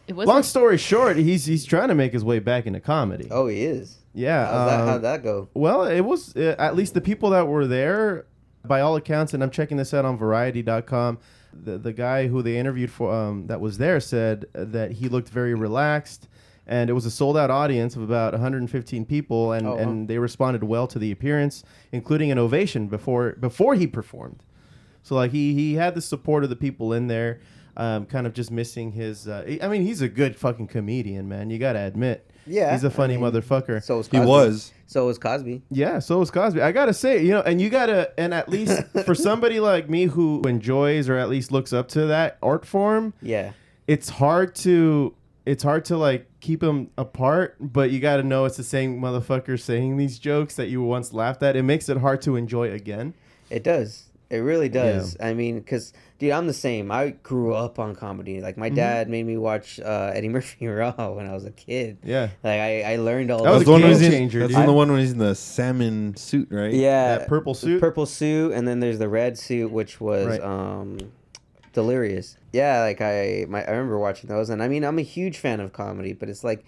Speaker 3: It was
Speaker 1: Long story short, he's he's trying to make his way back into comedy.
Speaker 2: Oh, he is.
Speaker 1: yeah,
Speaker 2: How's that,
Speaker 1: um,
Speaker 2: how'd that go?
Speaker 1: Well, it was uh, at least the people that were there, by all accounts, and I'm checking this out on Variety.com. The the guy who they interviewed for um, that was there said that he looked very relaxed, and it was a sold out audience of about 115 people, and,
Speaker 2: Oh, wow.
Speaker 1: and they responded well to the appearance, including an ovation before before he performed. So like he he had the support of the people in there, um, kind of just missing his. Uh, I mean, he's a good fucking comedian, man. You gotta admit.
Speaker 2: Yeah,
Speaker 1: he's a
Speaker 2: I
Speaker 1: funny
Speaker 2: mean,
Speaker 1: motherfucker.
Speaker 2: So was
Speaker 5: He
Speaker 2: Cosby.
Speaker 5: was.
Speaker 2: So was Cosby.
Speaker 1: Yeah, so is Cosby. I gotta say, you know, and you gotta, and at least for somebody like me who enjoys or at least looks up to that art form,
Speaker 2: Yeah.
Speaker 1: it's hard to, it's hard to like keep them apart. But you gotta know it's the same motherfucker saying these jokes that you once laughed at. It makes it hard to enjoy again.
Speaker 2: It does. It really does. I mean, because, dude, I'm the same. I grew up on comedy. Like,
Speaker 1: Mm-hmm.
Speaker 2: my dad made me watch uh, Eddie Murphy Raw when I was a kid.
Speaker 1: Yeah.
Speaker 2: Like, I, I learned all
Speaker 1: That was
Speaker 5: That's
Speaker 1: a
Speaker 5: the one when
Speaker 1: game
Speaker 5: he's in-
Speaker 1: changer,
Speaker 5: That's
Speaker 1: dude.
Speaker 5: the one when he's in the salmon suit, right?
Speaker 2: Yeah.
Speaker 1: That purple
Speaker 2: the
Speaker 1: suit?
Speaker 2: purple suit. And then there's the red suit, which was
Speaker 1: Right.
Speaker 2: um, Delirious. Yeah. Like, I, my, I remember watching those. And I mean, I'm a huge fan of comedy, but it's like,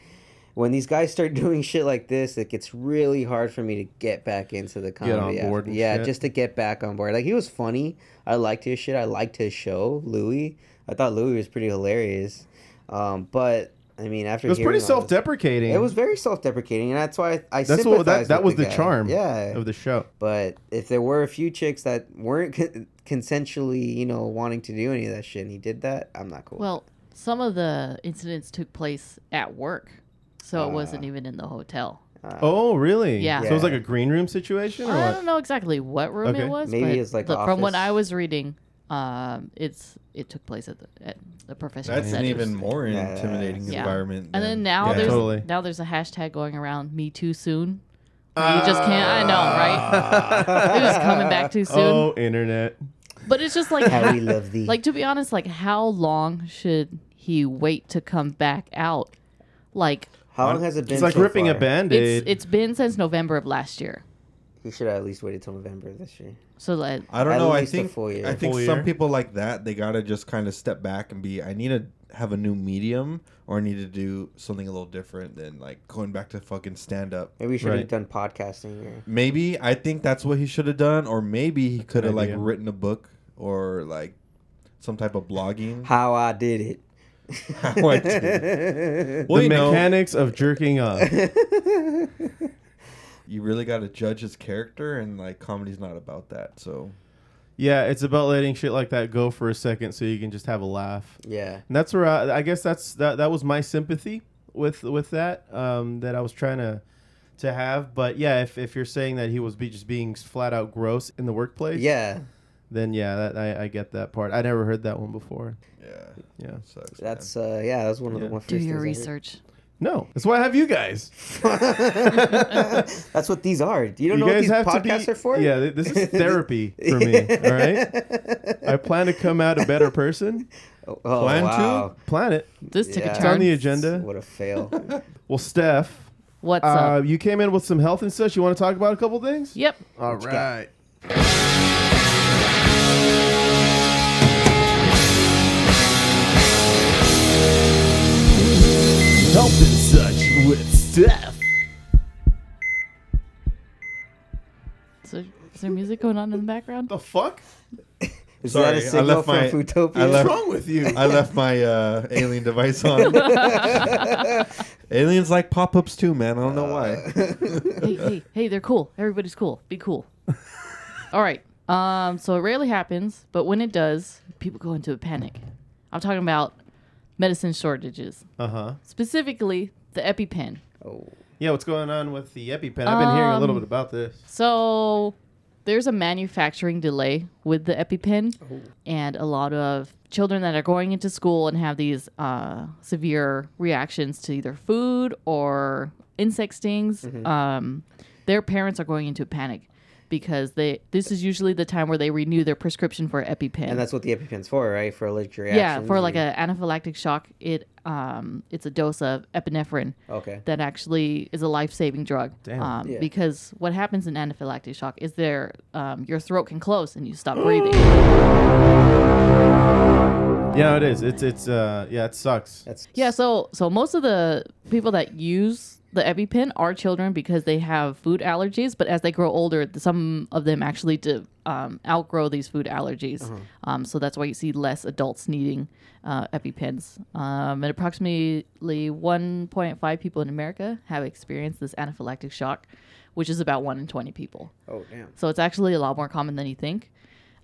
Speaker 2: when these guys start doing shit like this, it gets really hard for me to get back into the
Speaker 1: on
Speaker 2: comedy. after-
Speaker 1: board and
Speaker 2: yeah,
Speaker 1: shit.
Speaker 2: just to get back on board. Like he was funny. I liked his shit. I liked his show, Louis. I thought Louis was pretty hilarious. Um, but I mean, after
Speaker 1: It was
Speaker 2: hearing
Speaker 1: pretty
Speaker 2: all this-
Speaker 1: self-deprecating.
Speaker 2: It was very self-deprecating, and that's why I, I
Speaker 1: That's what that,
Speaker 2: sympathized
Speaker 1: that was
Speaker 2: with
Speaker 1: the,
Speaker 2: guy.
Speaker 1: charm.
Speaker 2: Yeah,
Speaker 1: Of the show.
Speaker 2: but if there were a few chicks that weren't con- consensually, you know, wanting to do any of that shit, and he did that, I'm not cool.
Speaker 3: well, some of the incidents took place at work, so it wasn't
Speaker 2: Ah.
Speaker 3: even in the hotel.
Speaker 1: oh, really?
Speaker 3: Yeah.
Speaker 1: So it was like a green room situation, or
Speaker 3: I
Speaker 1: what?
Speaker 3: don't know exactly what room
Speaker 1: Okay.
Speaker 3: it was.
Speaker 2: Maybe
Speaker 3: but
Speaker 2: it's like
Speaker 3: the- from what
Speaker 2: office.
Speaker 3: I was reading, um, it's it took place at the at the professional.
Speaker 5: That's an
Speaker 3: settings.
Speaker 5: even more
Speaker 2: Yeah.
Speaker 5: intimidating
Speaker 3: Yeah.
Speaker 5: environment.
Speaker 3: And then
Speaker 5: than-
Speaker 3: now
Speaker 1: Yeah.
Speaker 3: there's
Speaker 1: Totally.
Speaker 3: now there's a hashtag going around me too soon. you just can't. I know, right?
Speaker 2: Ah.
Speaker 3: They're just coming back too soon.
Speaker 1: Oh, internet.
Speaker 3: But it's just like
Speaker 2: How we
Speaker 3: how,
Speaker 2: love thee.
Speaker 3: like to be honest, like how long should he wait to come back out? Like
Speaker 2: How long has it been?
Speaker 1: It's like
Speaker 2: so
Speaker 1: ripping a
Speaker 2: far?
Speaker 1: band-aid.
Speaker 3: it's it's been since November of last year.
Speaker 2: He should have at least waited till November of this year.
Speaker 3: So like
Speaker 5: I don't
Speaker 2: At
Speaker 5: know. I
Speaker 2: least a
Speaker 5: think
Speaker 2: full year.
Speaker 5: I think
Speaker 1: Full
Speaker 5: some
Speaker 1: year.
Speaker 5: people like that they gotta just kind of step back and be. I need to have a new medium, or I need to do something a little different than like going back to fucking stand up.
Speaker 2: Maybe we should
Speaker 1: Right.
Speaker 2: have done podcasting or
Speaker 5: Maybe I think that's what he should have done, or maybe he could have like
Speaker 1: idea.
Speaker 5: written a book or like some type of blogging.
Speaker 2: how I did it.
Speaker 5: How I did. well,
Speaker 1: the
Speaker 5: you know,
Speaker 1: mechanics of jerking off.
Speaker 5: you really got to judge his character, and like comedy's not about that. So
Speaker 1: Yeah, it's about letting shit like that go for a second so you can just have a laugh.
Speaker 2: Yeah.
Speaker 1: And that's where I, I guess that's that that was my sympathy with with that um, that I was trying to to have. But yeah, if, if you're saying that he was be just being flat out gross in the workplace,
Speaker 2: Yeah.
Speaker 1: then yeah, that, I, I get that part. I never heard that one before.
Speaker 5: yeah,
Speaker 1: Yeah,
Speaker 5: sucks. man.
Speaker 2: That's uh yeah, that was one of the
Speaker 1: Yeah.
Speaker 2: one first
Speaker 3: do your
Speaker 2: things I heard.
Speaker 3: research.
Speaker 1: no, that's why I have you guys.
Speaker 2: That's what these are. You don't
Speaker 1: You
Speaker 2: know what
Speaker 1: guys
Speaker 2: these
Speaker 1: have
Speaker 2: podcasts
Speaker 1: to be,
Speaker 2: are for?
Speaker 1: Yeah, th- this is therapy for me. All right, I plan to come out a better person.
Speaker 2: Oh, oh,
Speaker 5: Plan to?
Speaker 2: wow.
Speaker 1: Planet,
Speaker 3: This took
Speaker 2: Yeah.
Speaker 3: a
Speaker 1: it's on the
Speaker 3: turn.
Speaker 1: agenda.
Speaker 2: What a fail.
Speaker 1: Well, Steph,
Speaker 3: What's
Speaker 1: uh,
Speaker 3: up?
Speaker 1: you came in with some health and such. You want to talk about a couple things?
Speaker 3: Yep.
Speaker 1: All right. Help and such with Steph.
Speaker 3: Is there, is there music going on in the background?
Speaker 1: The fuck?
Speaker 2: Is
Speaker 5: Sorry,
Speaker 2: that a
Speaker 5: I
Speaker 2: signal
Speaker 5: left
Speaker 2: from
Speaker 5: my-
Speaker 2: Futopia?
Speaker 5: I
Speaker 1: What's
Speaker 5: left-
Speaker 1: wrong with you?
Speaker 5: I left my uh, alien device on. Aliens like pop ups too, man. I don't know
Speaker 1: Uh,
Speaker 5: why.
Speaker 3: hey, hey, hey, they're cool. Everybody's cool. Be cool. All right. Um, so it rarely happens, but when it does, people go into a panic. I'm talking about medicine shortages,
Speaker 1: Uh huh.
Speaker 3: specifically the EpiPen.
Speaker 2: oh,
Speaker 3: Um,
Speaker 1: Yeah, what's going on with the EpiPen? I've been hearing a little bit about this.
Speaker 3: So there's a manufacturing delay with the EpiPen,
Speaker 2: Oh.
Speaker 3: and a lot of children that are going into school and have these uh, severe reactions to either food or insect stings,
Speaker 2: Mm-hmm.
Speaker 3: um, their parents are going into a panic because they this is usually the time where they renew their prescription for EpiPen.
Speaker 2: And that's what the EpiPen's for, right? For allergic reactions.
Speaker 3: yeah, for like
Speaker 2: and-
Speaker 3: an anaphylactic shock, it um, it's a dose of epinephrine
Speaker 2: Okay.
Speaker 3: that actually is a life-saving drug.
Speaker 1: Damn.
Speaker 3: Um,
Speaker 2: Yeah.
Speaker 3: Because what happens in anaphylactic shock is there, um, your throat can close and you stop breathing.
Speaker 1: Yeah, it is. It's it's uh yeah, it sucks.
Speaker 2: That's
Speaker 3: yeah. So so most of the people that use the EpiPen are children because they have food allergies. But as they grow older, th- some of them actually do, um, outgrow these food allergies. Um, so that's why you see less adults needing uh, EpiPens. Um, and approximately 1.5 people in America have experienced this anaphylactic shock, which is about one in 20 people.
Speaker 2: oh damn.
Speaker 3: So it's actually a lot more common than you think.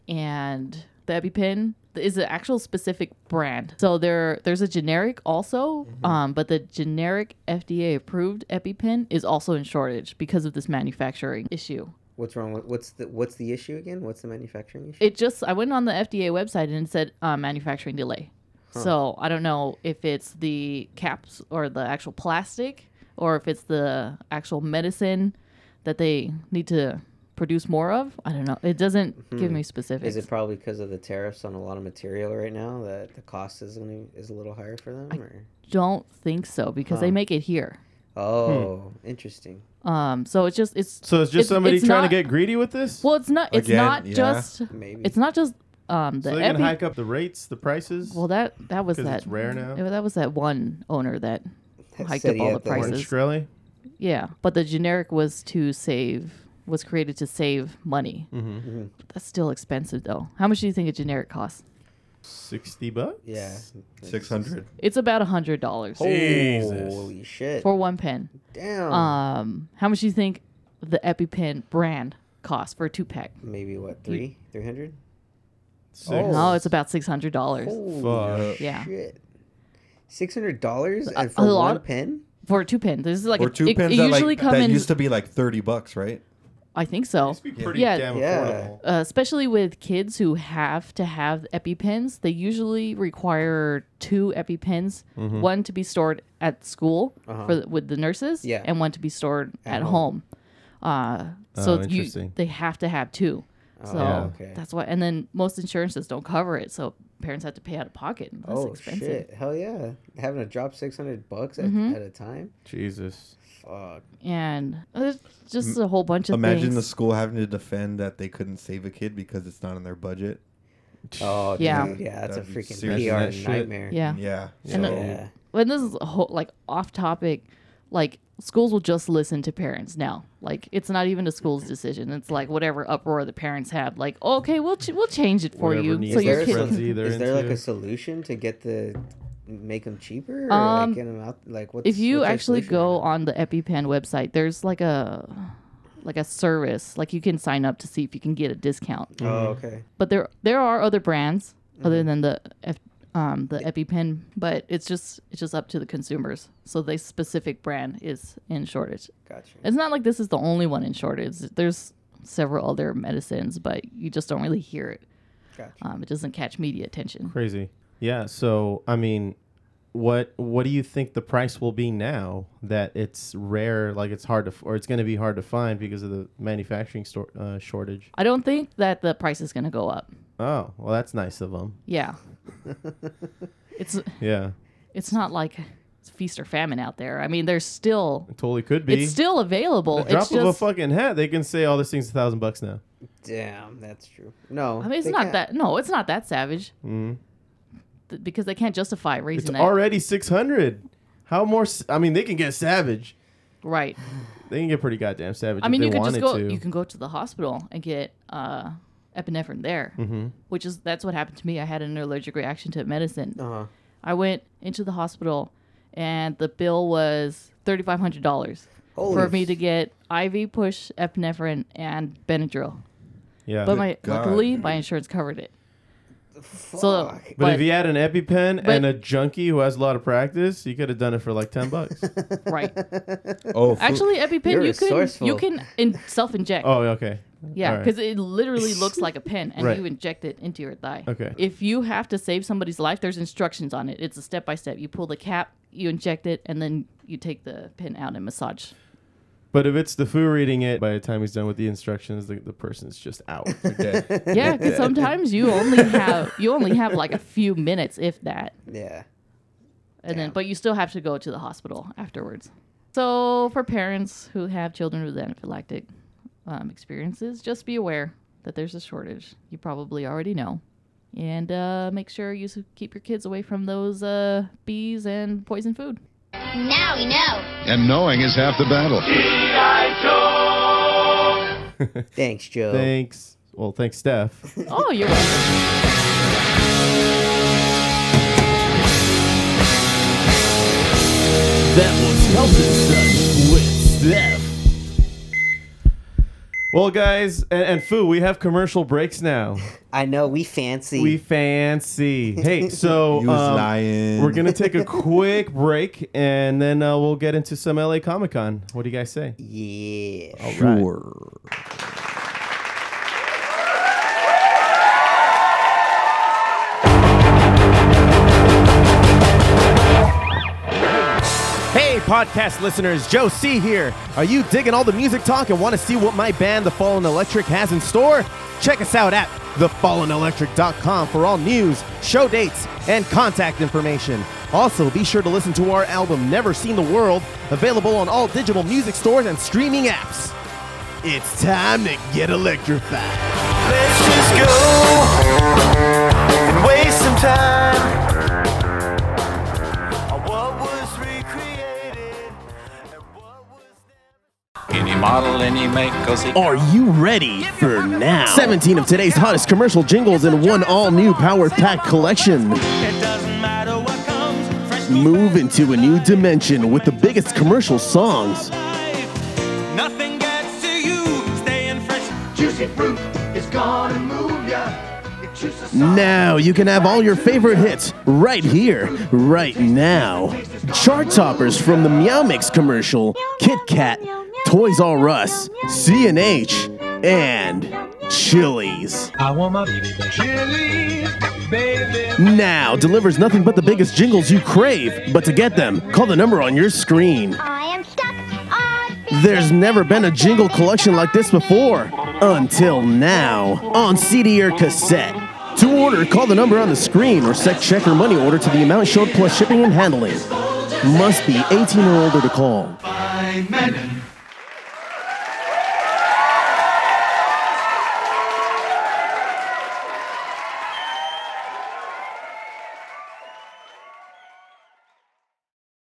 Speaker 3: And the EpiPen is an actual specific brand. So there, there's a generic also,
Speaker 2: Mm-hmm.
Speaker 3: um, but the generic FDA approved EpiPen is also in shortage because of this manufacturing issue.
Speaker 2: What's wrong with what's the what's the issue again? What's the manufacturing issue?
Speaker 3: It just, I went on the FDA website and it said uh, manufacturing delay. So I don't know if it's the caps or the actual plastic or if it's the actual medicine that they need to produce more of. I don't know. It doesn't give me specifics.
Speaker 2: Hmm. Is it probably because of the tariffs on a lot of material right now that the cost is gonna, is a little higher for them? Or?
Speaker 3: don't think so because they make it here.
Speaker 2: Oh, interesting.
Speaker 3: Um, so it's just it's
Speaker 1: So it's just somebody
Speaker 3: it's
Speaker 1: trying
Speaker 3: not-
Speaker 1: to get greedy with this?
Speaker 3: Well, it's not. It's
Speaker 5: Again,
Speaker 3: not
Speaker 5: yeah.
Speaker 3: just.
Speaker 2: Maybe.
Speaker 3: It's not just um the
Speaker 1: so they can
Speaker 3: epi-
Speaker 1: hike up the rates, the prices.
Speaker 3: Well, that that was
Speaker 1: 'Cause
Speaker 3: that
Speaker 1: it's rare now?
Speaker 3: yeah, that was that one owner that
Speaker 2: That
Speaker 3: hiked
Speaker 2: said
Speaker 3: up
Speaker 2: he
Speaker 3: all the
Speaker 2: had the orange
Speaker 1: Orange
Speaker 3: prices.
Speaker 1: Shkreli?
Speaker 3: Yeah, but the generic was to save was created to save money.
Speaker 1: Mm-hmm.
Speaker 2: Mm-hmm.
Speaker 3: That's still expensive though. How much do you think a generic costs?
Speaker 1: Sixty bucks?
Speaker 2: Yeah.
Speaker 5: Six hundred.
Speaker 3: It's about a hundred dollars
Speaker 1: Jesus.
Speaker 2: Holy shit.
Speaker 3: for one pen.
Speaker 2: Damn.
Speaker 3: Um, how much do you think the EpiPen brand costs for a two pack?
Speaker 2: Maybe what three, three hundred?
Speaker 1: Six.
Speaker 3: No, it's about six hundred dollars
Speaker 1: Fuck.
Speaker 3: Yeah.
Speaker 2: Shit. Six hundred dollars and
Speaker 3: a
Speaker 2: for one
Speaker 3: lot-
Speaker 2: pen?
Speaker 3: for a two pin. This is like
Speaker 5: Or
Speaker 3: a-
Speaker 5: two
Speaker 3: it,
Speaker 5: pins
Speaker 3: it
Speaker 5: that
Speaker 3: usually
Speaker 5: like
Speaker 3: come
Speaker 5: that
Speaker 3: in.
Speaker 5: used to be like thirty bucks, right?
Speaker 3: I think so.
Speaker 1: Must be pretty
Speaker 3: Yeah.
Speaker 1: damn
Speaker 2: Yeah.
Speaker 1: affordable.
Speaker 3: Uh, especially with kids who have to have EpiPens, they usually require two EpiPens, one to be stored at school for the, with the nurses,
Speaker 2: Yeah.
Speaker 3: and one to be stored at, home. Uh, so
Speaker 1: Oh,
Speaker 3: you,
Speaker 1: interesting.
Speaker 3: they have to have two. So
Speaker 1: Yeah.
Speaker 2: okay.
Speaker 3: that's why. And then most insurances don't cover it, so parents have to pay out of pocket. and That's
Speaker 2: oh
Speaker 3: expensive. Mm-hmm.
Speaker 2: shit. Hell yeah. Having to drop six hundred bucks at, at a time?
Speaker 1: Jesus.
Speaker 2: Fuck.
Speaker 3: And it's just a whole bunch of
Speaker 5: Imagine
Speaker 3: things.
Speaker 5: the school having to defend that they couldn't save a kid because it's not in their budget.
Speaker 2: Oh
Speaker 3: Yeah.
Speaker 2: dude, yeah, that's a
Speaker 5: That'd be
Speaker 2: freaking
Speaker 5: serious.
Speaker 2: PR
Speaker 1: Imagine that shit.
Speaker 2: nightmare.
Speaker 3: yeah.
Speaker 5: Yeah.
Speaker 3: And
Speaker 5: so-
Speaker 3: the-
Speaker 2: Yeah.
Speaker 3: when this is a whole like off topic like schools will just listen to parents now like it's not even a school's decision it's like whatever uproar the parents have like okay we'll ch- we'll change it for
Speaker 1: Whatever
Speaker 3: you
Speaker 1: needs
Speaker 3: so
Speaker 1: Is
Speaker 3: your
Speaker 1: there
Speaker 3: kid
Speaker 1: some-
Speaker 3: can
Speaker 1: frenzy they're
Speaker 2: is there like
Speaker 1: into.
Speaker 2: a solution to get the make them cheaper or
Speaker 3: Um,
Speaker 2: like get them out like what's
Speaker 3: if you
Speaker 2: what's their
Speaker 3: actually
Speaker 2: solution?
Speaker 3: go on the epipen website there's like a like a service like you can sign up to see if you can get a discount
Speaker 2: Oh,
Speaker 1: Mm-hmm.
Speaker 2: okay.
Speaker 3: but there there are other brands other than the F, um, the EpiPen, but it's just it's just up to the consumers. So this specific brand is in shortage.
Speaker 2: Gotcha.
Speaker 3: It's not like this is the only one in shortage. There's several other medicines, but you just don't really hear it.
Speaker 2: Gotcha.
Speaker 3: Um, it doesn't catch media attention.
Speaker 1: Crazy. Yeah. So I mean, what what do you think the price will be now that it's rare, like it's hard to, f- or it's going to be hard to find because of the manufacturing store, uh, shortage?
Speaker 3: I don't think that the price is going to go up.
Speaker 1: Oh, well, that's nice of them.
Speaker 3: Yeah, it's
Speaker 1: Yeah,
Speaker 3: it's not like it's feast or famine out there. I mean, there's still
Speaker 1: totally could be.
Speaker 3: it's still available.
Speaker 1: drop
Speaker 3: it's
Speaker 1: of a
Speaker 3: just
Speaker 1: fucking hat, they can say all this thing's a thousand bucks now.
Speaker 2: Damn, that's true. No.
Speaker 3: I mean, it's
Speaker 2: they
Speaker 3: not
Speaker 2: can't.
Speaker 3: that. No, it's not that savage. Th- because they can't justify raising
Speaker 1: Mm. It's
Speaker 3: that.
Speaker 1: already six hundred. How more? s- I mean, they can get savage.
Speaker 3: right.
Speaker 1: They can get pretty goddamn savage.
Speaker 3: I mean,
Speaker 1: if
Speaker 3: you
Speaker 1: they
Speaker 3: could just
Speaker 1: wanted
Speaker 3: go.
Speaker 1: to.
Speaker 3: You can go to the hospital and get uh, epinephrine there,
Speaker 1: Mm-hmm.
Speaker 3: which is that's what happened to me. I had an allergic reaction to medicine.
Speaker 2: Uh-huh.
Speaker 3: I went into the hospital, and the bill was thirty five hundred dollars for
Speaker 2: Holy
Speaker 3: me to get IV push epinephrine and Benadryl.
Speaker 1: yeah.
Speaker 3: But my
Speaker 5: God.
Speaker 3: luckily my insurance covered it. So,
Speaker 2: Fuck.
Speaker 1: But, if you had an EpiPen
Speaker 3: but-
Speaker 1: and a junkie who has a lot of practice, you could have done it for like ten bucks.
Speaker 3: right.
Speaker 5: Oh, food-
Speaker 3: Actually, EpiPen,
Speaker 2: You're
Speaker 3: you can you
Speaker 2: resourceful.
Speaker 3: can in, self inject.
Speaker 1: oh, okay.
Speaker 3: Yeah,
Speaker 1: Alright.
Speaker 3: because it literally looks like a pin, and
Speaker 1: Right.
Speaker 3: you inject it into your thigh.
Speaker 1: Okay.
Speaker 3: If you have to save somebody's life, there's instructions on it. It's a step by step. You pull the cap, you inject it, and then you take the pin out and massage.
Speaker 1: But if it's the foo reading it, by the time he's done with the instructions, the, the person's just out. They're dead.
Speaker 3: Yeah, because sometimes you only have you only have like a few minutes, if that,
Speaker 2: Yeah.
Speaker 3: and then but you still have to go to the hospital afterwards. So for parents who have children with anaphylactic um, experiences, just be aware that there's a shortage. You probably already know, and uh, make sure you s- keep your kids away from those uh, bees and poison food.
Speaker 8: Now we know.
Speaker 9: And knowing is half the battle.
Speaker 2: Thanks, Joe.
Speaker 1: thanks. Well, thanks, Steph.
Speaker 3: Oh, you're welcome.
Speaker 10: That was Health and Such with Steph.
Speaker 1: Well, guys, and, and foo, we have commercial breaks now.
Speaker 2: I know we fancy.
Speaker 1: We fancy. Hey, so
Speaker 5: You was
Speaker 1: um,
Speaker 5: lying.
Speaker 1: we're gonna take a quick break, and then uh, we'll get into some LA Comic Con. What do you guys say?
Speaker 2: yeah.
Speaker 5: sure.
Speaker 1: Hey, podcast listeners, Joe C here. Are you digging all the music talk and want to see what my band, The Fallen Electric, has in store? Check us out at thefallenelectric.com for all news, show dates, and contact information. Also, be sure to listen to our album, Never Seen the World, available on all digital music stores and streaming apps. It's time to get electrified. Let's just go and waste some time.
Speaker 10: Any model, any make, cause Are you ready for now?
Speaker 1: 17 of today's hottest commercial jingles in one all new power pack collection. Move into a new dimension with the biggest commercial songs.
Speaker 10: Nothing gets to you, staying fresh.
Speaker 1: Now you can have all your favorite hits right here, right now. Chart toppers from the Meow Mix commercial, Kit Kat, Toys R Us, CNH, and Chili's. Now delivers nothing but the biggest jingles you crave, but to get them, call the number on your screen.
Speaker 8: I am stuck on
Speaker 1: There's never been a jingle collection like this before. Until now, on CD or cassette. To order, call the number on the screen or sec check or money order to the amount showed plus shipping and handling. Must be 18 or older to call.